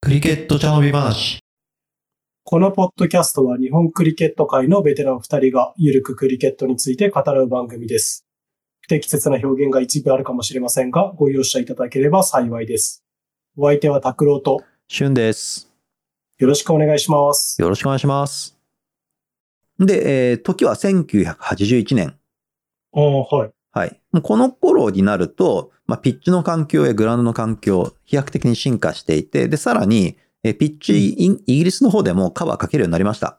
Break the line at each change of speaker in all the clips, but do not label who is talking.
クリケット茶飲み話。
このポッドキャストは日本クリケット界のベテラン2人がゆるくクリケットについて語らう番組です。不適切な表現が一部あるかもしれませんが、ご容赦いただければ幸いです。お相手は拓郎と
しゅんです。
よろしくお願いします。
よろしくお願いします。で、えー時は1981年。
ああ、はい。
はい。もうこの頃になると、まあ、ピッチの環境やグラウンドの環境、飛躍的に進化していて、で、さらに、えーピッチイン、イギリスの方でもカバーかけるようになりました。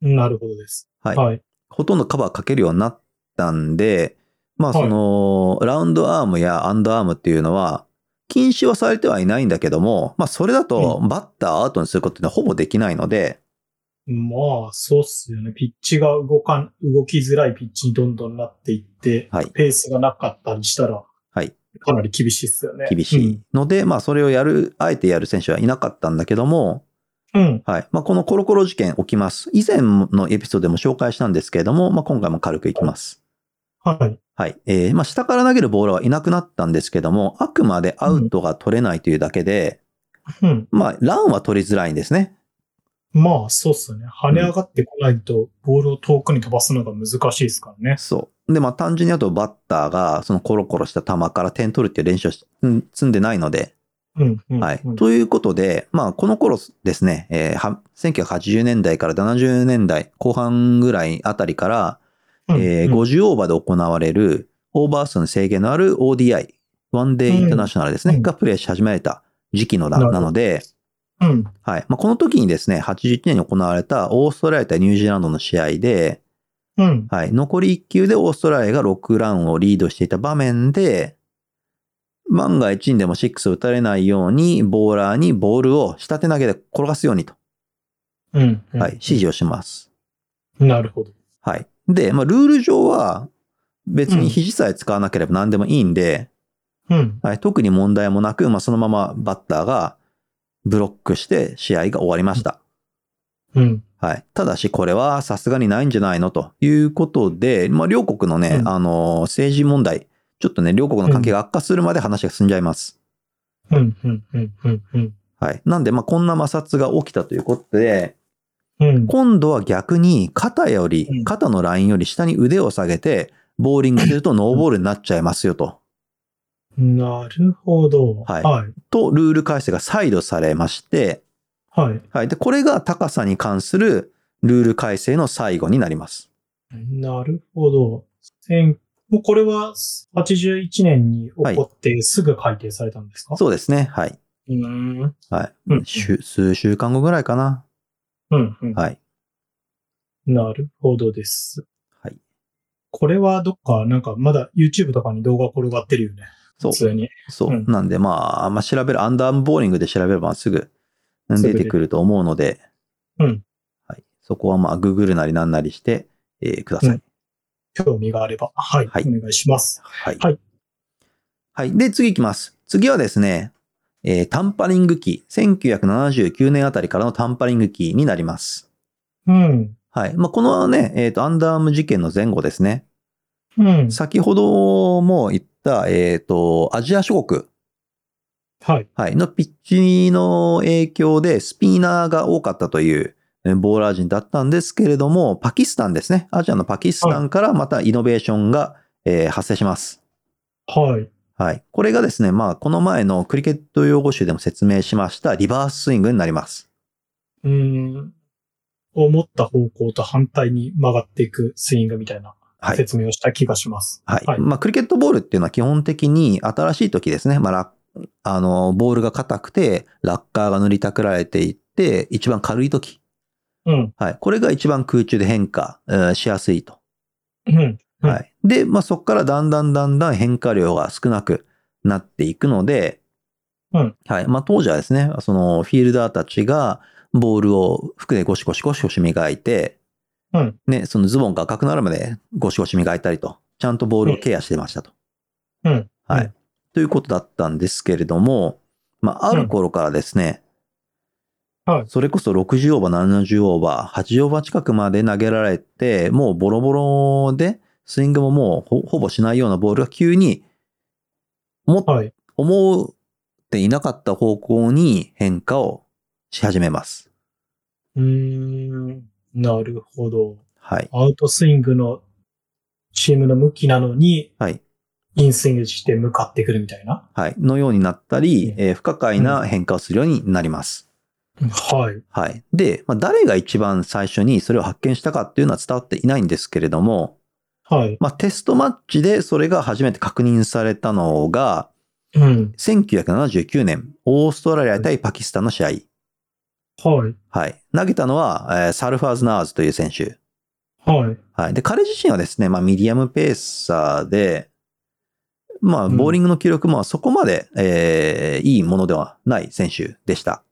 なるほどです。
はい。
はい。
ほとんどカバーかけるようになったんで、まあ、その、ラウンドアームやアンドアームっていうのは、禁止はされてはいないんだけども、まあ、それだと、バッターアウトにすることってほぼできないので、
まあ、そうっすよね。ピッチが動かん、動きづらいピッチにどんどんなっていって、
はい
ペースがなかったりしたら、
はい
かなり厳しいっすよね。
厳しいので、まあ、それをやる、あえてやる選手はいなかったんだけども、
うん。うん。
はい。まあ、このコロコロ事件起きます。以前のエピソードでも紹介したんですけれども、まあ、今回も軽くいきます。
はい。
はい。えーまあ、下から投げるボールはいなくなったんですけども、あくまでアウトが取れないというだけで、
うん。
まあ、ランは取りづらいんですね。
まあ、そうっすね。跳ね上がってこないと、ボールを遠くに飛ばすのが難しいですからね。
そう。で、まあ、単純にあとバッターが、そのコロコロした球から点取るっていう練習をしうん積んでないので、
うん。うん
はい
うん。
ということで、まあ、この頃ですね、えーは1980年代から70年代後半ぐらいあたりから、
うん
えー
うん
50オーバーで行われる、オーバー数の制限のある ODI、ワンデーインターナショナルですね、
うん
がプレイし始められた時期のな
なるほど
なので、
うん。
はいまあ、この時にですね、81年に行われたオーストラリア対ニュージーランドの試合で、
うん。
はい、残り1球でオーストラリアが6ランをリードしていた場面で、万が一にでも6を打たれないように、ボーラーにボールを下手投げで転がすようにと、
うん。うん
はい、指示をします。
なるほど。
はい。で、まあ、ルール上は、別に肘さえ使わなければ何でもいいんで、
うん。
はい、特に問題もなく、まあ、そのままバッターがブロックして試合が終わりました。
うん。
はい、ただし、これはさすがにないんじゃないのということで、まあ、両国のね、
うん
あの政治問題、ちょっとね、両国の関係が悪化するまで話が進んじゃいます。
うん。うん。うん。うん。うん。
はい、なんで、まあ、こんな摩擦が起きたということで、
うん。
今度は逆に肩よ
う
り、
ん
肩のラインより下に腕を下げて、ボーリングするとノーボールになっちゃいますよと。
なるほど。
はい
はい。
と、ルール改正が再度されまして、
はい。
はい。で、これが高さに関するルール改正の最後になります。
なるほど。せんもうこれは81年に起こってすぐ改定されたんですか、
そうですね。はい。
うーん。うん。
はい。
うん
週数週間後ぐらいかな。
うん。
はい。
なるほどです。
はい。
これはどっか、なんかまだ YouTube とかに動画転がってるよね。
そ
普
う。
通に。。
そううんなんで、まあ、まあ、調べる、アンダーボーリングで調べればすぐうん
すぐ
出
出て
てくると思うので、
うん。
はい。そこはまあ、グーグルなりなんなりして、えーください。
うん興味があれば。はい。
はい
お願いします。
はい。
はい。
はい。で、次いきます。次はですね、えータンパリング期、1979年あたりからのタンパリング期になります。
うん。
はい。まあ、このね、えっ、と、アンダーアーム事件の前後ですね。
うん。
先ほども言った、えっ、と、アジア諸国、
はい。
はい、のピッチの影響でスピーナーが多かったというえボーラー陣だったんですけれども、パキスタンですね。アジアのパキスタンからまたイノベーションが、えー発生します。
はい。
はい。これがですね、まあ、この前のクリケット用語集でも説明しましたリバーススイングになります。
うーん。思った方向と反対に曲がっていくスイングみたいな
はい。
説明をした気がします。
はい。
はい
まあ、クリケットボールっていうのは基本的に新しい時ですね。まあ、ラッあの、ボールが硬くて、ラッカーが塗りたくられていって、一番軽い時。
うん。
はい。これが一番空中で変化、えーしやすいと。
うん。うん
はい。で、まあ、そこからだんだんだんだん変化量が少なくなっていくので、
うん
はい。まあ、当時はですね、そのフィールダーたちが、ボールを服でゴシゴシゴシゴシ磨いて、
うん。
ね、そのズボンが赤くなるまでゴシゴシ磨いたりと、ちゃんとボールをケアしてましたと。
うん。
は
う
い。ということだったんですけれども、まあ、ある頃からですね、
うんはい
それこそ60オーバー、70オーバー、80オーバー近くまで投げられて、もうボロボロで、スイングももうほほぼしないようなボールが急に思っ
はい。
思っていなかった方向に変化をし始めます。
うーん、なるほど。
はい。
アウトスイングのチームの向きなのに、
はい。
インスイングして向かってくるみたいな。
はい。のようになったり
うん、
えー不可解な変化をするようになります。
はい。
はい。で、まあ、誰が一番最初にそれを発見したかっていうのは伝わっていないんですけれども、
はい。
まあ、テストマッチでそれが初めて確認されたのが、
うん。
1979年、オーストラリア対パキスタンの試合。
はい。
はい。投げたのは、えーサルファーズ・ナーズという選手。
はい。
はい。で、彼自身はですね、まあ、ミディアムペーサーで、まあ、
うん
ボーリングの記録もそこまで、えーいいものではない選手でした。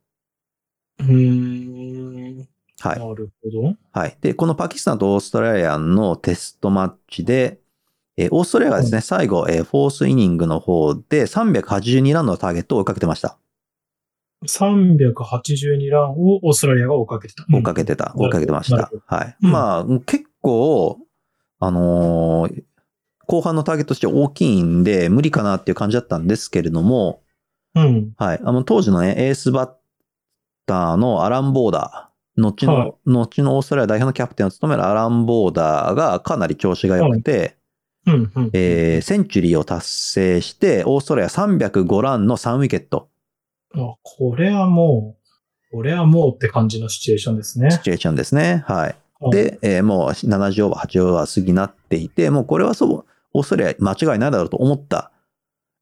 うーん。
はい。
なるほど。
はい。で、このパキスタンとオーストラリアのテストマッチで、えーオーストラリアがですね、最後、えーフォースイニングの方で382ランのターゲットを追いかけてました。
382ランをオーストラリアが追っかけてた。
追いかけてた、
うん
追いかけてまし
なる
た
ほど。
はい。
うん
まあ、結構、あのー後半のターゲットとして大きいんで、無理かなっていう感じだったんですけれども、
うん。
はい。あの、当時のね、エースバッターのアラン・ボーダー、後の、
はい
後のオーストラリア代表のキャプテンを務めるアラン・ボーダーがかなり調子が良くて、
うん。うん。
えーセンチュリーを達成して、オーストラリア305ランの3ウィケット、
あ、これはもう、これはもうって感じのシチュエーションですね
シ。チュエーションですね。はい。
うん、
で、えーもう70オーバー、80オーバー過ぎなっていて、もうこれはそう、オーストラリア間違いないだろうと思った、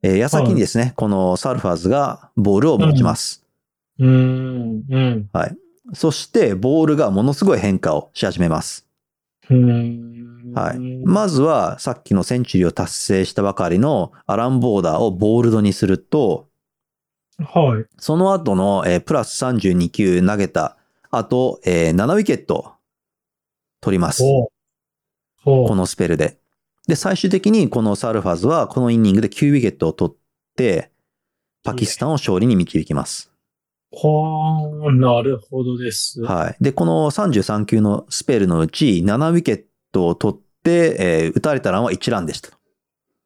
えー矢先にですね、このサルファーズがボールを持ちます。
うーん、うん、
そして、ボールがものすごい変化をし始めます。
うーん。
はいまずは、さっきのセンチュリーを達成したばかりのアラン・ボーダーをボールドにすると、
はい。
その後の、えープラス32球投げた後、えー7ウィケット取ります。
おうおう
このスペルで。で、最終的にこのサルファーズはこのイニングで9ウィケットを取って、パキスタンを勝利に導きます。
ほーなるほどです。
はい。で、この33球のスペルのうち7ウィケットを取って、えー打たれたランは1ランでした。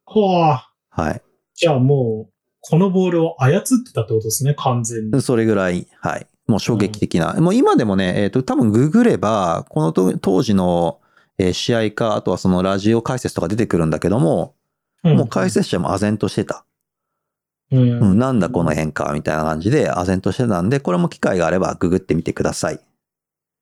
ほー
はい。
じゃあもう、このボールを操ってたってことですね、完全に。
それぐらい、はい。もう衝撃的な。もう今でもね、えっ、と、多分ググれば、このと当時の、えー試合か、あとはそのラジオ解説とか出てくるんだけども、
うん
もう解説者も唖然としてた。
うん。
うん、なんだこの変化みたいな感じで唖然としてたんで、これも機会があればググってみてください。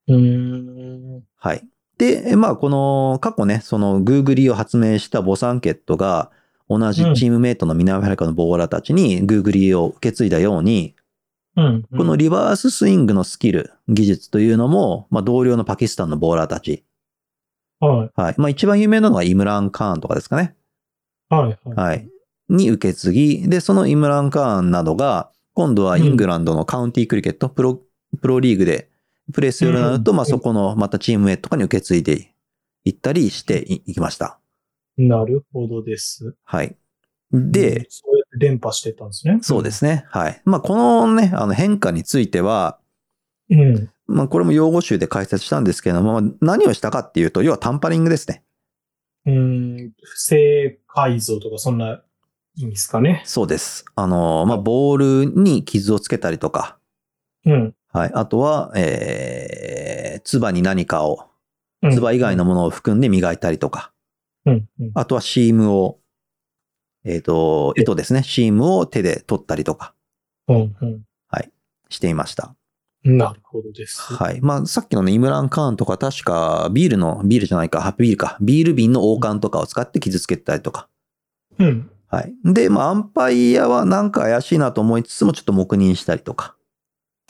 うーん。
はい。で、えまあ、この過去ね、そのグーグリーを発明したボサンケットが、同じチームメイトの南アフリカのボーラーたちにグーグリーを受け継いだように、
うん。
このリバーススイングのスキル、技術というのも、まあ、同僚のパキスタンのボーラーたち。
はい。
はい。まあ、一番有名なのがイムラン・カーンとかですかね。
はい。はい。
はい。に受け継ぎ、で、そのイムラン・カーンなどが、今度はイングランドのカウンティークリケット、プロ、プロリーグでプレーするようになると、
うん
まあ、そこのまたチームメイトとかに受け継いでいったりしていいきました。
なるほどです。
はい。
うん
で、
そうやって連覇してったんですね。
そうで。すね。はい。まあ、このね、あの変化については、
うん。
まあ、これも用語集で解説したんですけども、何をしたかっていうと、要はタンパリングですね。
うん。不正改造とか、そんな意味ですかね。
そうです。あの、まあ、ボールに傷をつけたりとか、
うん。
はい。あとは、えー、唾に何かを、
うん
唾以外。のものを含んで磨いたりとか、
うん。うん。
あとはシームを、えっ、と、糸ですね。シームを手で取ったりとか
うん。うん
していました。
なるほどです。
はい。まあ、さっきのね、イムラン・カーンとか、確か、ビールの、ビールじゃないか、ハッピービールか、ビール瓶の王冠とかを使って傷つけたりとか。
うん。
はい。で、まあ、アンパイアはなんか怪しいなと思いつつも、ちょっと黙認したりとか。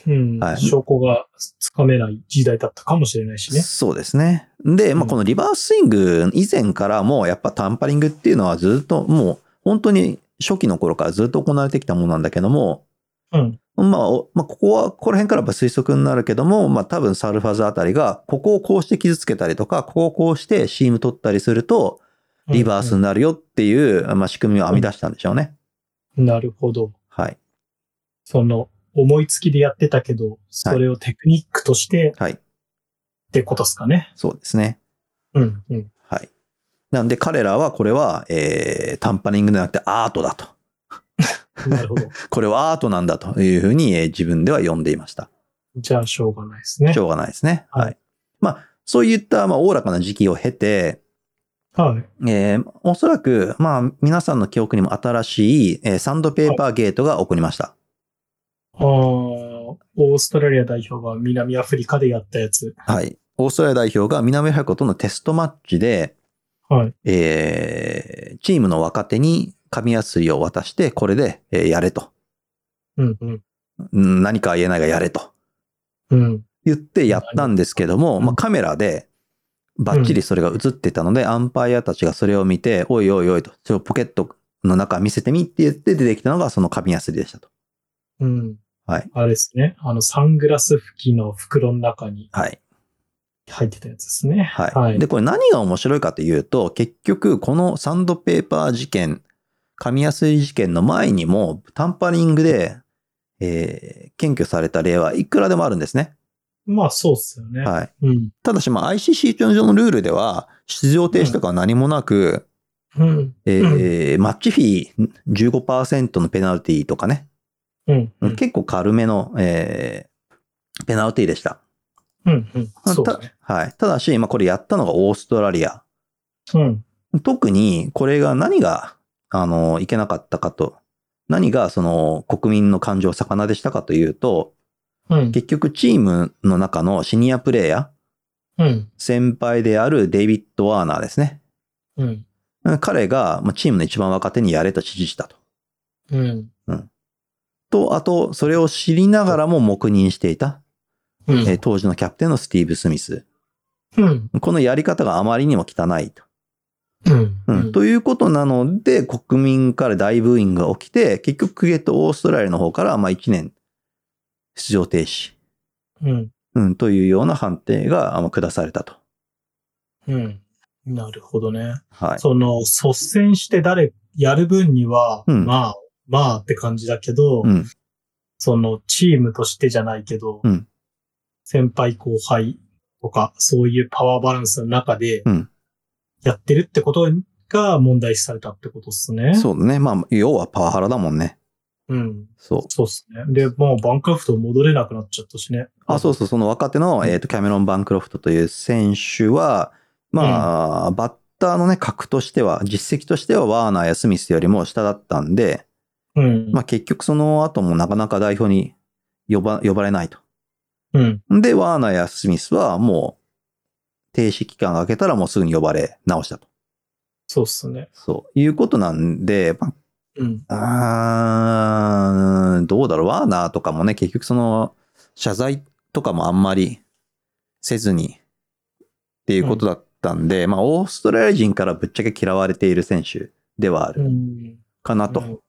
うん。
はい
証拠がつかめない時代だったかもしれないしね。
そうですね。で、ま
う
あ、
ん
このリバーススイング以前からもうやっぱタンパリングっていうのはずっともう本当に初期の頃からずっと行われてきたものなんだけども、
うん。
まあ、おまあ、ここは、ここら辺からやっぱ推測になるけども、まあ多分サルファズあたりが、ここをこうして傷つけたりとか、ここをこうしてシーム取ったりすると、リバースになるよっていう、まあ仕組みを編み出したんでしょうね。
うん。なるほど。
はい。
その、思いつきでやってたけど、それをテクニックとして
はい。
ってことですかね。
そうですね。
うん。うん。
はい。なんで彼らはこれは、えー、タンパリングではなくてアートだと。
な るほど。
これはアートなんだというふうに、えー自分では呼んでいました。
じゃあ、しょうがないですね
し。ょうがないですね。
はい
はい。まあ、そういった、まあ、おおらかな時期を経て、
はい。
えーおそらく、まあ、皆さんの記憶にも新しい、えーサンドペーパーゲートが起こりました。
あーオーストラリア代表が南アフリカでやったやつ。
はい。オーストラリア代表が南アフリカとのテストマッチで、
はい。
えーチームの若手に紙やすりを渡して、これで、えーやれと。
うんうん。
うん何かは言えないがやれと
うん。
言ってやったんですけども、
うん
まあ、カメラでバッチリそれが映ってたので、アンパイアたちがそれを見て、おいおいおいと、それをポケットの中見せてみって言って出てきたのがその紙やすりでしたと。
うん。
はい。
あれですね。あの、サングラス拭きの袋の中に
はい。
入ってたやつですね。
はい。
はい。
で、これ何が面白いかというと、結局、このサンドペーパー事件、紙やすり事件の前にも、タンパリングで、えー検挙された例はいくらでもあるんですね。
まあ、そうっすよね。
はい。
うん。
ただし、まあ、ICC 上のルールでは、出場停止とかは何もなく、
うん。
えーマッチフィー15%のペナルティとかね、
うん。うん。
結構軽めの、えーペナルティでした。
うん。うん。そうだね。
たはい。ただし、まあ、これやったのがオーストラリア。
うん。
特に、これが何が、あの、いけなかったかと、何が、その、国民の感情を逆なでしたかというと、
うん。
結局、チームの中のシニアプレイヤー、
うん。
先輩であるデイビッド・ワーナーですね。
うん。
うん彼が、まあ、チームの一番若手にやれと指示したと。
うん。
と、あと、それを知りながらも黙認していた、
う
えー
ん。
当時のキャプテンのスティーブ・スミス。
うん。
このやり方があまりにも汚いと。
うん。
うんということなので、国民から大ブーイングが起きて、結局クリエットオーストラリアの方から、まあ1年出場停止、
うん。
うん、というような判定があの下されたと。
うん。なるほどね。
はい。
その、率先して誰、やる分には、
うん
まあ、まあって感じだけど、
うん
その、チームとしてじゃないけど、
うん
先輩後輩とか、そういうパワーバランスの中で
うん、
やってるってことが問題視されたってことですね。
そうだね。まあ、要はパワハラだもんね。
う。ん。
そう。
そうですね。で、もうバンクラフト戻れなくなっちゃったしね。
あ、そうそう、その若手の、
うん
えっ、と、キャメロン・バンクロフトという選手は、まあ、バッターのね、格としては、実績としてはワーナーやスミスよりも下だったんで、
うん。
まあ結局その後もなかなか代表に呼ば、呼ばれないと。
うん。
で、ワーナーやスミスはもう、停止期間が明けたらもうすぐに呼ばれ直したと。
そうっすね。
そう。いうことなんで、ま
うん。
あ、あーどうだろう。ワーナーとかもね、結局その、謝罪とかもあんまりせずにっていうことだったんで、まあ、オーストラリア人からぶっちゃけ嫌われている選手ではあ
う
る
ん。
かなと。
うん。
う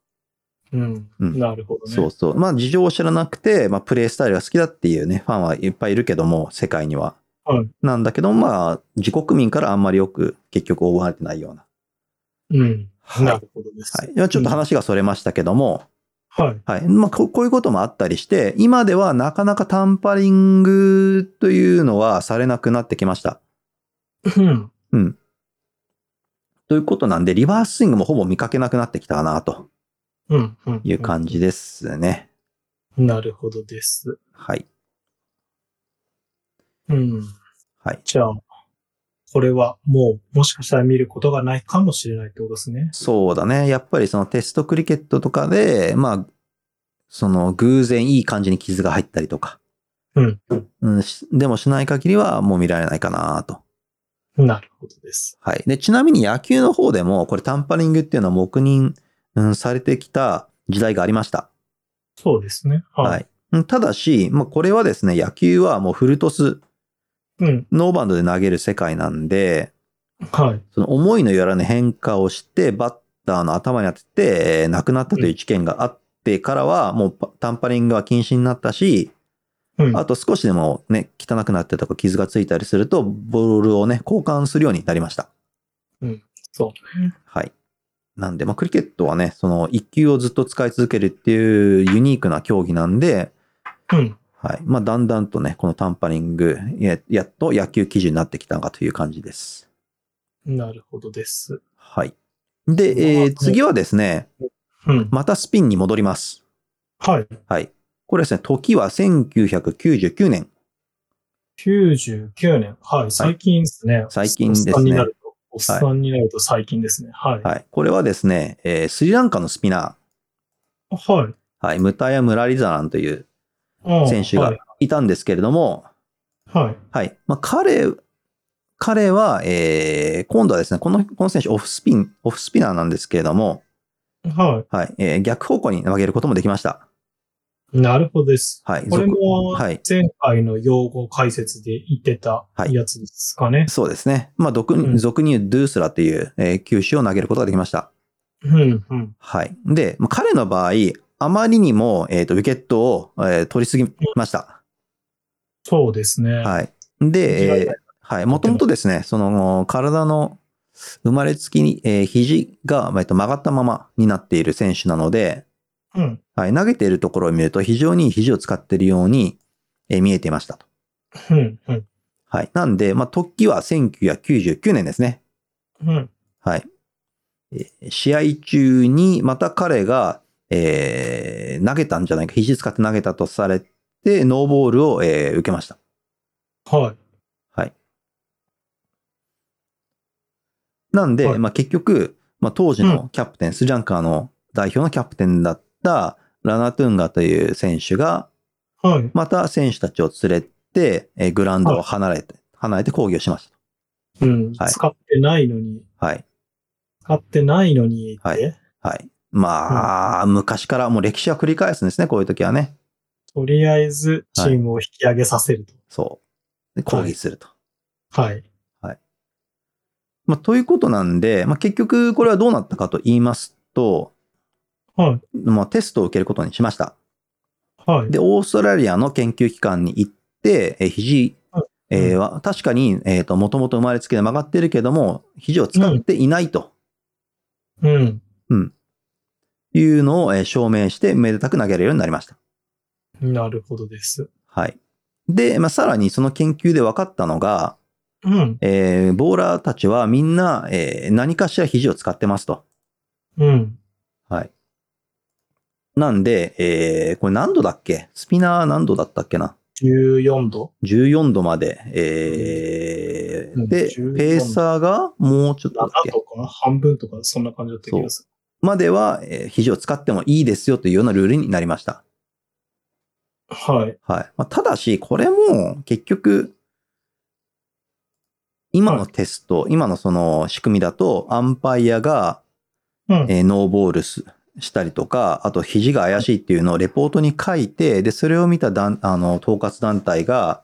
うんん。なるほどね。
そうそう。まあ、事情を知らなくて、まあ、プレイスタイルが好きだっていうね、ファンはいっぱいいるけども、世界には。
はい
なんだけど、まあ、自国民からあんまりよく、結局、思われてないような。
うん。
はい
なるほどです。
はい。いやちょっと話がそれましたけども、
はい。
はい。まあ、ここういうこともあったりして、今ではなかなかタンパリングというのはされなくなってきました。
うん。
ということなんで、リバーススイングもほぼ見かけなくなってきたな、と
うん。うん。
いう感じですね。
なるほどです。
はい。
うん。
はい。
じゃあ、これはもう、もしかしたら見ることがないかもしれないってことですね。
そうだね。やっぱりそのテストクリケットとかで、まあ、その偶然いい感じに傷が入ったりとか、
うん。
うん、しでもしない限りはもう見られないかなと。
なるほどです。
はい。で、ちなみに野球の方でも、これタンパリングっていうのは黙認、うん、されてきた時代がありました。
そうですね。
は
はい。
い。うんただし、まあ、これはですね、野球はもうフルトス、
うん。
ノーバウンドで投げる世界なんで、
はい。
その思いのよらぬ変化をして、バッターの頭に当てて、えー亡くなったという事件があってからは、もうパタンパリングは禁止になったし、
うん。
あと少しでもね、汚くなってたとか傷がついたりすると、ボールをね、交換するようになりました。
そうね。
はい。なんで、まあ、クリケットはね、その一球をずっと使い続けるっていうユニークな競技なんで、
うん。
はい。まあ、だんだんとね、このタンパリング、ややっと野球基準になってきたのかという感じです。
なるほどです。
はい。で、えー
はい
次はですね、
うん。
またスピンに戻ります。
はい。
はい。これですね、時は1999年。
99年。はい。最近ですね。
最近ですね
おっさんになると。おっさんになると最近ですね。はい。は
はい。これはですね、えースリランカのスピナ
い。
ー、はい、ムタヤ・ムラリザランという
ああ
選手
は
が
い。
いたんですけれども、
はい。
はい。まあ、彼、彼は、えー今度はですね、この、この選手、オフスピン、オフスピナーなんですけれども、
は
はい。えー逆方向に投げることもできました。
い。なるほどです。
はい。
これ
続
も
はい、
前回の用語解説で言ってたやつですかね。
そうですね。まあ、俗
うん
に、俗に言うドゥースラという、えー球種を投げることができました。
うん、うん。
はい。で、まあ彼の場合、あまりにも、えっ、と、ウィケットを、えー取りすぎました。
そうですね。
はい。で、えーはい。もともとですね、その、体の生まれつきに、えー肘が、えーと、曲がったままになっている選手なので、
うん。
はい。投げているところを見ると、非常に肘を使っているように、えー見えていましたと。
うん、うん。
はい。なんで、まあ、時は1999年ですね。
うん。
はい。えー試合中に、また彼が、えー投げたんじゃないか、肘使って投げたとされて、ノーボールを、えー受けました。
はい。
なんで、
はい
まあ、結局、まあ、当時のキャプテン、スリランカの代表のキャプテンだったラナトゥンガという選手が、
はい。
また選手たちを連れて、えーグラウンドを離れて、離れて抗議をしまし
うん。
はい
使ってないのに、
た。はい。
使ってないのにって、
はいはい。まあ、昔からもう歴史は繰り返すんですね、こういう時はね。
とりあえずチームを引き上げさせると。
そう。で抗議すると。
はい。
まあ、ということなんで、まあ、結局これはどうなったかと言いますと、
はい。
まあ、テストを受けることにしました。
はい。
で、オーストラリアの研究機関に行って、えー肘
はい
えーは、確かに、えっ、と、もともと生まれつきで曲がってるけども、肘を使っていないと
うん。
いうのを、えー証明して、めでたく投げれるようになりました。
なるほどです。
はい。で、まあ、さらにその研究で分かったのが、
うん。
えーボーラーたちはみんな、えー何かしら肘を使ってますと。
うん。
はい。なんで、えーこれ何度だっけスピナー何度だったっけな
14度。
14度まで、えー
うん
で、
14
ペーサーがもうちょっとだっ
7
け
とか半分とか、そんな感じだった気がす
までは、えー肘を使ってもいいですよというようなルールになりました。
る。はい。
はい。まあ、ただし、これも結局、今のテスト、今のその仕組みだと、アンパイアが、
うん。
えーノーボールスしたりとか、あと肘が怪しいっていうのをレポートに書いて、で、それを見た団あの統括団体が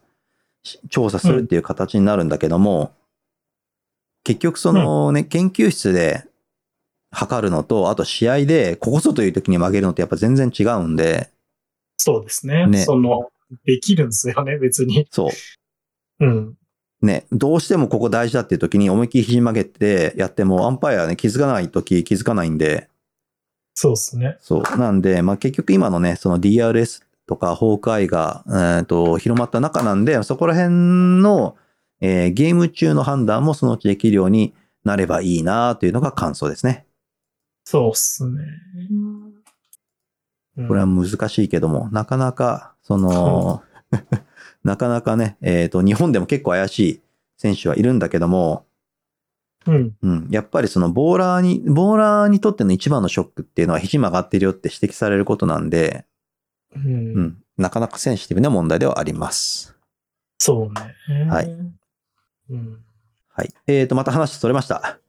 し調査するっていう形になるんだけども、結局そのね、研究室で測るのと、あと試合でここぞという時に曲げるのってやっぱ全然違うんで、
そうですね。
ね
その、できるんですよね、別に。
そう。
うん。
ね、どうしてもここ大事だっていう時に思いっきり肘曲げてやってもアンパイアはね気づかない時気づかないんで、
そうですね。
そう。なんで、まあ、結局今のね、その DRS とかホークアイが、えーと広まった中なんで、そこら辺の、えーゲーム中の判断もそのうちできるようになればいいなというのが感想ですね。
そうですね。うん
これは難しいけども、なかなか、その、 なかなかね、えっ、と、日本でも結構怪しい選手はいるんだけども、
うん。
うん、やっぱりそのボーラーに、ボーラーにとっての一番のショックっていうのは肘曲がってるよって指摘されることなんで、
う。
うんん、なかなかセンシティブな問題ではあります。
そうね。
はい
うん。
はい。えっ、と、また話それました。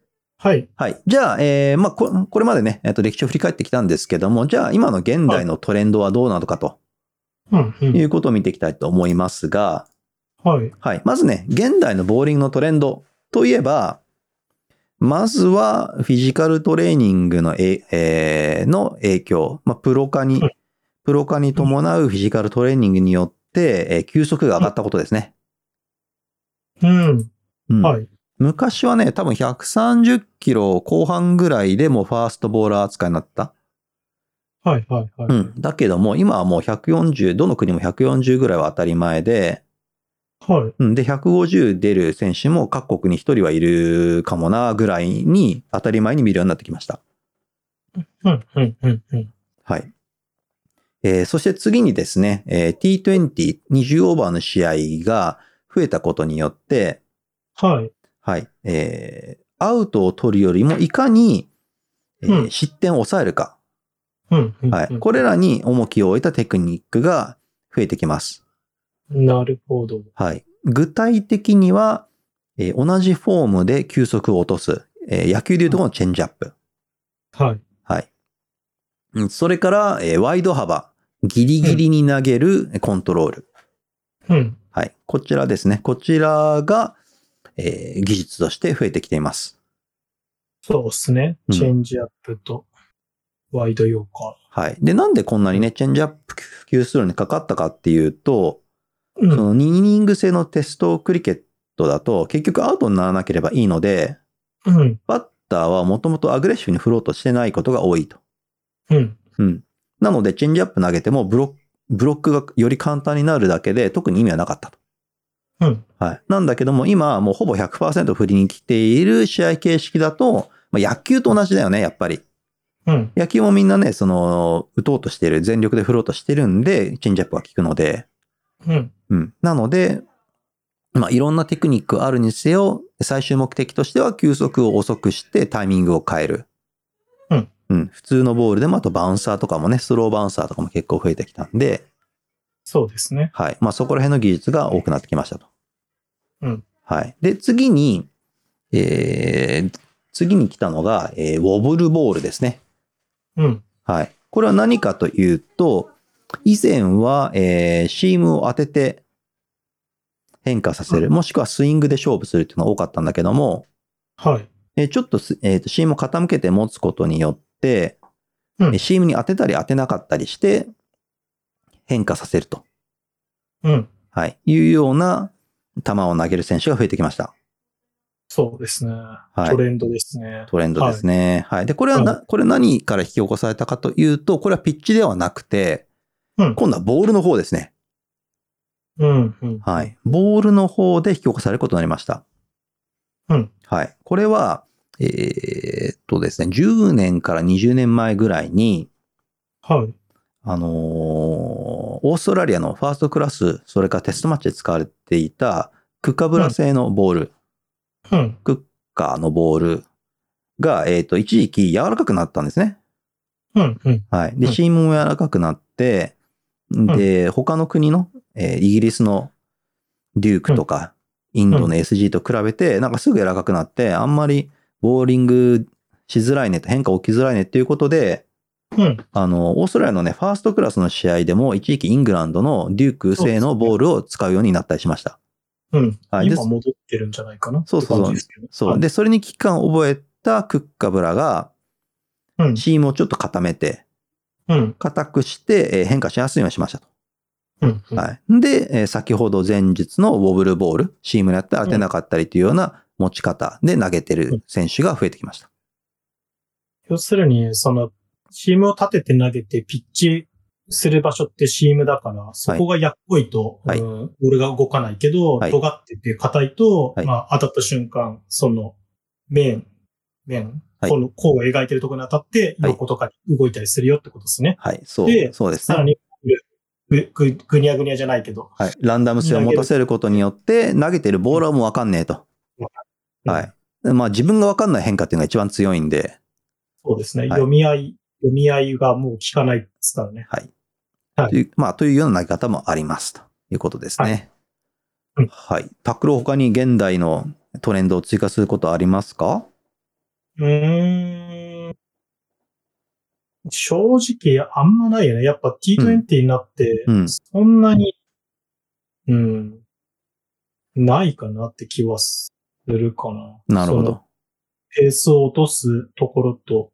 はい。
はい。じゃあ、えーまあこ、これまでね、えっ、と、歴史を振り返ってきたんですけども、じゃあ、今の現代のトレンドはどうなのかと
うん。う
い
ん。
うことを見ていきたいと思いますが、
はい。
はい。まずね、現代のボーリングのトレンドといえば、まずは、フィジカルトレーニングのえ、えーの影響、まあ、プロ化に
は、
プロ化に伴うフィジカルトレーニングによって、えー球速が上がったことですね。
うん。
うん
はい。
昔はね、多分130キロ後半ぐらいでもうファーストボーラー扱いになった。
はい。はい。は
う
い。
ん。だけども、今はもう140、どの国も140ぐらいは当たり前で、
はい。
うん。で、150出る選手も各国に1人はいるかもな、ぐらいに当たり前に見るようになってきました。
うん、うん、うん、うん。
はい。えーそして次にですね、えー T20、20オーバーの試合が増えたことによって、
はい。
はい、えーアウトを取るよりもいかに、えー
うん
失点を抑えるか、
うん、うん。
は
う
い。
ん
これらに重きを置いたテクニックが増えてきます。
なるほど。
はい。具体的には、えー同じフォームで球速を落とす、えー野球でいうところのチェンジアップ。
はい。
はい。うんそれから、えーワイド幅、ギリギリに投げるコントロール。
うん。
はい。こちらですね。こちらが、えー技術として増えてきています。
そうですね
う。ん
チェンジアップと、ワイドヨーカ
はい。で、なんでこんなにね、チェンジアップ普及するのにかかったかっていうと、
ー。うん。
その2イニング制のテストクリケットだと、結局アウトにならなければいいので、
うん。
バッターはもともとアグレッシブに振ろうとしてないことが多いと。
うん。
うん。なので、チェンジアップ投げてもブロック、ブロックがより簡単になるだけで、特に意味はなかったと。
うん。
はい。なんだけども、今、もうほぼ100%振りに来ている試合形式だと、まあ、野球と同じだよね、やっぱり。
うん。
野球もみんなね、その、打とうとしてる、全力で振ろうとしてるんで、チェンジアップが効くので、
うん。
うん。なので、まあ、いろんなテクニックあるにせよ、最終目的としては、球速を遅くしてタイミングを変える。
うん。
うん。普通のボールでも、あとバウンサーとかもね、スローバウンサーとかも結構増えてきたんで、
そうですね。
はい。まあ、そこら辺の技術が多くなってきましたと。
うん。
はい。で、次に、えー、次に来たのが、えーウォブルボールですね。
うん。
はい。これは何かというと、以前は、えーシームを当てて変化させる、もしくはスイングで勝負するっていうのが多かったんだけども、
はい。
えーちょっとす、えーとシームを傾けて持つことによって、
うん
えーシームに当てたり当てなかったりして変化させると、
うん。
はい、いうような球を投げる選手が増えてきました。
そうですね。
い
トレンドですね。
トレンドですね。はい。で、これはな、これ何から引き起こされたかというと、これはピッチではなくて、
うん
今度はボールの方ですね。
うん。うん。
はい。ボールの方で引き起こされることになりました。
うん。
はい。これは、えーっとですね、10年から20年前ぐらいに、
はい。
あのーオーストラリアのファーストクラス、それからテストマッチで使われていた、クッカブラ製のボール、
うん。
クッカーのボールが、えーっと、一時期柔らかくなったんですね。
うん。うん。
はい。で、
うん
シームも柔らかくなって、で、他の国の、えーイギリスのデュークとか、インドの SG と比べて、なんかすぐ柔らかくなって、あんまりボーリングしづらいねと、変化起きづらいねっていうことで、
うん。
あの、オーストラリアのね、ファーストクラスの試合でも、一時期イングランドのデューク製のボールを使うようになったりしました。
うん。
はいで
今戻ってるんじゃないかな。
そうそうそう
って感じですけど
そう。
はい
で、それに期間を覚えたクッカブラが、
うん。
シームをちょっと固めて、
うん。
硬くして、えー変化しやすいようにしましたと。
うん。うん
はい。で、えー先ほど前述のウォブルボール、シームにやって当てなかったりというような持ち方で投げてる選手が増えてきました。
要するに、その、シームを立てて投げてピッチする場所ってシームだから、そこがやっこいと、
はい
うん、俺が動かないけど、
はい
尖ってて硬いと、
はい
まあ当たった瞬間、その、面、面、
はい
この弧を描いてるところに当たって、
はい
横とかに動いたりするよってことですね。
はい。そ
で
う。そうです
さら
ね。
に、ぐ、ぐ、ぐにゃぐにゃじゃないけど。
はい。ランダム性を持たせることによって、投げてるボールはもうわかんねえと。は。い。でまあ自分がわかんない変化っていうのが一番強いんで、
そうですね。
い
読み合い、読み合いがもう効かないですからね。
はい。
はい
というまあ、というような投げ方もありますということですね。
は
はいい。タックルを他に現代のトレンドを追加することはありますか
うーん正直、あんまないよね。やっぱ T20 になって
う、ん
そんなに、うん、ないかなって気はするかな。
なるほ
そ
ど
の。。ペースを落とすところと、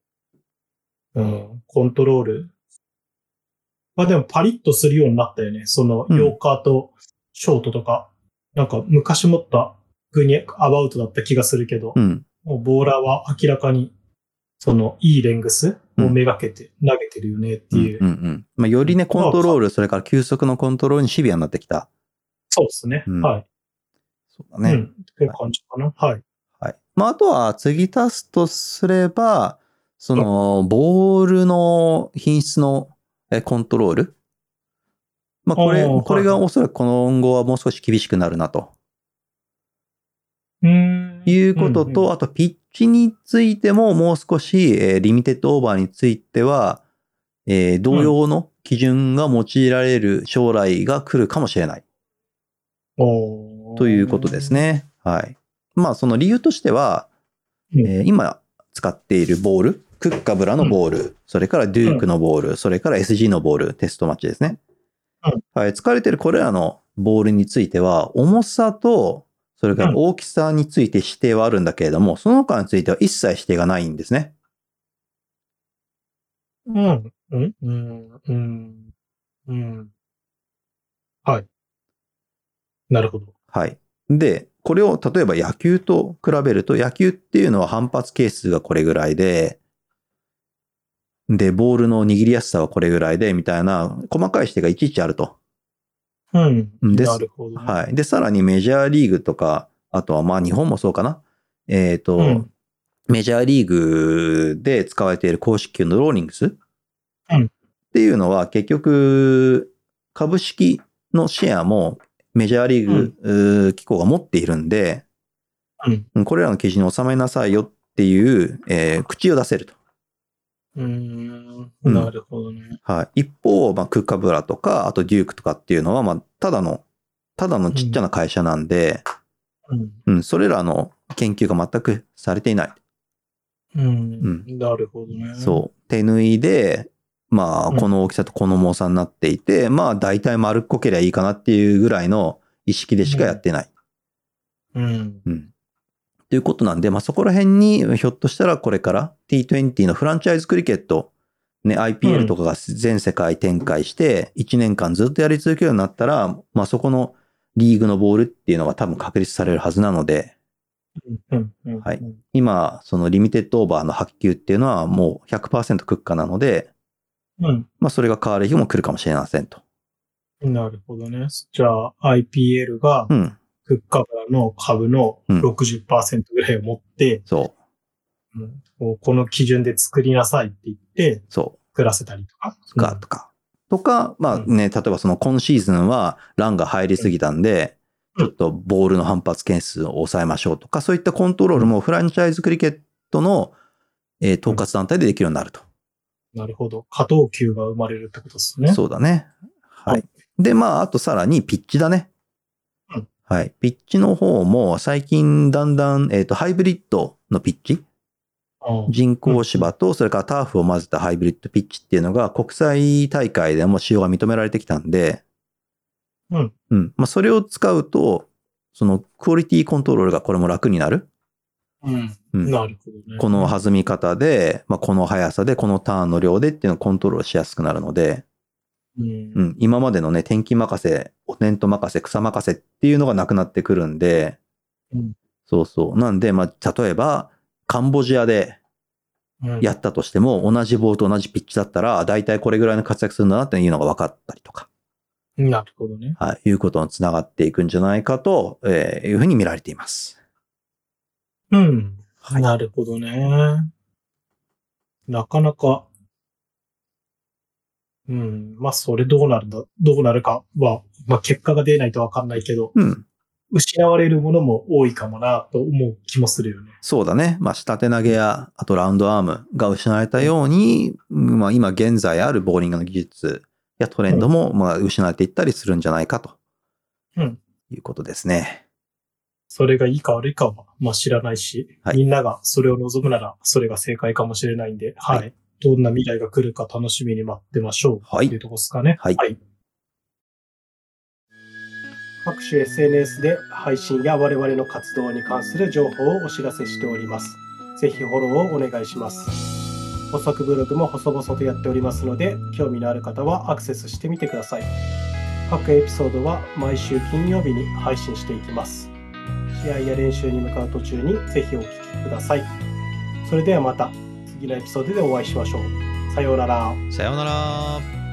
うん、コントロール。まあでもパリッとするようになったよね。その、
うん
ヨーカーとショートとか、なんか昔持ったグニャアバウトだった気がするけど、
うん。
もうボーラーは明らかに、その、いいレングスをめがけて投げてるよねって
うん
いう。
うんうん。まあ、よりね、コントロール、それから休息のコントロールにシビアになってきた。
そうですね。
うん
はい。
そうだね。
うん。っていう感じかな。はい。
はい。まあ、あとは、継ぎ足すとすれば、その、ボールの品質のえコントロール。まあ、これ、
あー
これ
は
が
いは
おそらく今後はもう少し厳しくなるなと
うーん。
いうことと、
うんうん
あと、ピッチについてももう少し、えーリミテッドオーバーについては、えー同様の基準が用いられる将来が来るかもしれない
おー
ということです。ね。はい。まあ、その理由としては、
うん
えー今使っているボール、クッカブラのボール、それからデュークのボール、それから SG のボール、テストマッチですね。
うん
はい、使われているこれらのボールについては、重さと、それから大きさについて指定はあるんだけれども、その他については一切指定がないんですね。
うん。うん。うん。うん。うん。はい。なるほど。
はい。で、これを例えば野球と比べると、野球っていうのは反発係数がこれぐらいで、で、ボールの握りやすさはこれぐらいで、みたいな、細かい指定がいちいちあると。
うん。
です
なるほどね。
はい。で、さらにメジャーリーグとか、あとはまあ日本もそうかな。えっ、と、
うん
メジャーリーグで使われている公式球のローリングス、
うん
っていうのは結局、株式のシェアもメジャーリーグ、うー機構が持っているんで、
うん。
これらの記事に収めなさいよっていう、えー口を出せると。
うー。
うんん
なるほどね。
はい。一方、まあ、クッカブラとか、あとデュークとかっていうのは、まあ、ただの、ただのちっちゃな会社なんで、
うん。
うん、それらの研究が全くされていない。
うん。なるほどね。
そう。手縫いで、まあ、
うん
この大きさとこの重さになっていて、まあ、大体丸っこけりゃいいかなっていうぐらいの意識でしかやってない。
う。うん。
うん。ということなんで、まあ、そこら辺に、ひょっとしたらこれから T20 のフランチャイズクリケット、ね、
うん
IPL とかが全世界展開して、1年間ずっとやり続けるようになったら、まあ、そこのリーグのボールっていうのは多分確立されるはずなので、
うん。うん。
はい今、そのリミテッドオーバーの発給っていうのはもう100%クッカなので、
うん。
まあ、それが変わる日も来るかもしれませんと。
なるほどね。じゃあ、IPL が
うん。
クッカブラの株の
うん
60%ぐらいを持って、
そう。
うんこうこの基準で作りなさいって言って、
そ
作らせたりとか。
う。か、とか。とか、まあね、例えばその今シーズンはランが入りすぎたんで、
う
ち
ん
ょっとボールの反発件数を抑えましょうとか、そういったコントロールもフランチャイズクリケットの、えー統括団体でできるようになると。
なるほど。過等級が生まれるってことですね。
そうだね。は
はい
い。で、まあ、あとさらにピッチだね
うん。
はい。ピッチの方も最近だんだん、えっ、と、ハイブリッドのピッチ
うん
人工芝と、それからターフを混ぜたハイブリッドピッチっていうのが、国際大会でも使用が認められてきたんで、
うん。
うん。まあ、それを使うと、その、クオリティコントロールがこれも楽になる。
うん。
うん。
なるほどね。
この弾み方で、まあ、この速さで、このターンの量でっていうのをコントロールしやすくなるので、
うん
う。ん。今までのね、天気任せ、お天と任せ、草任せっていうのがなくなってくるんで、
うん
そうそう。なんで、まあ、例えば、カンボジアで、
うん
やったとしても、同じボールと同じピッチだったら、大体これぐらいの活躍するんだなっていうのが分かったりとか、
なるほどね。
はい、いうことにつながっていくんじゃないかと、えーいうふうに見られています。
うん。
はい
なるほどね。なかなか、うん。まあ、それどうなるんだ、どうなるかは、まあ、結果が出ないとわかんないけど、
うん。
失われるものも多いかもな、と思う気もするよね。
そうだね。まあ、下手投げや、あとラウンドアームが失われたように、うんまあ、今現在あるボーリングの技術やトレンドも、まあ、失われていったりするんじゃないかと。
うん
いうことですね。
それがいいか悪いかは、まあ、知らないし、
はい
みんながそれを望むなら、それが正解かもしれないんで、はい。
は
どんな未来が来るか楽しみに待ってましょう。
はい
というとこですかね。
はい
各種 SNS で配信や我々の活動に関する情報をお知らせしております。ぜひフォローをお願いします。補足ブログも細々とやっておりますので、興味のある方はアクセスしてみてください。各エピソードは毎週金曜日に配信していきます。試合や練習に向かう途中にぜひお聞きください。それではまた次のエピソードでお会いしましょう。さようなら。
さようなら。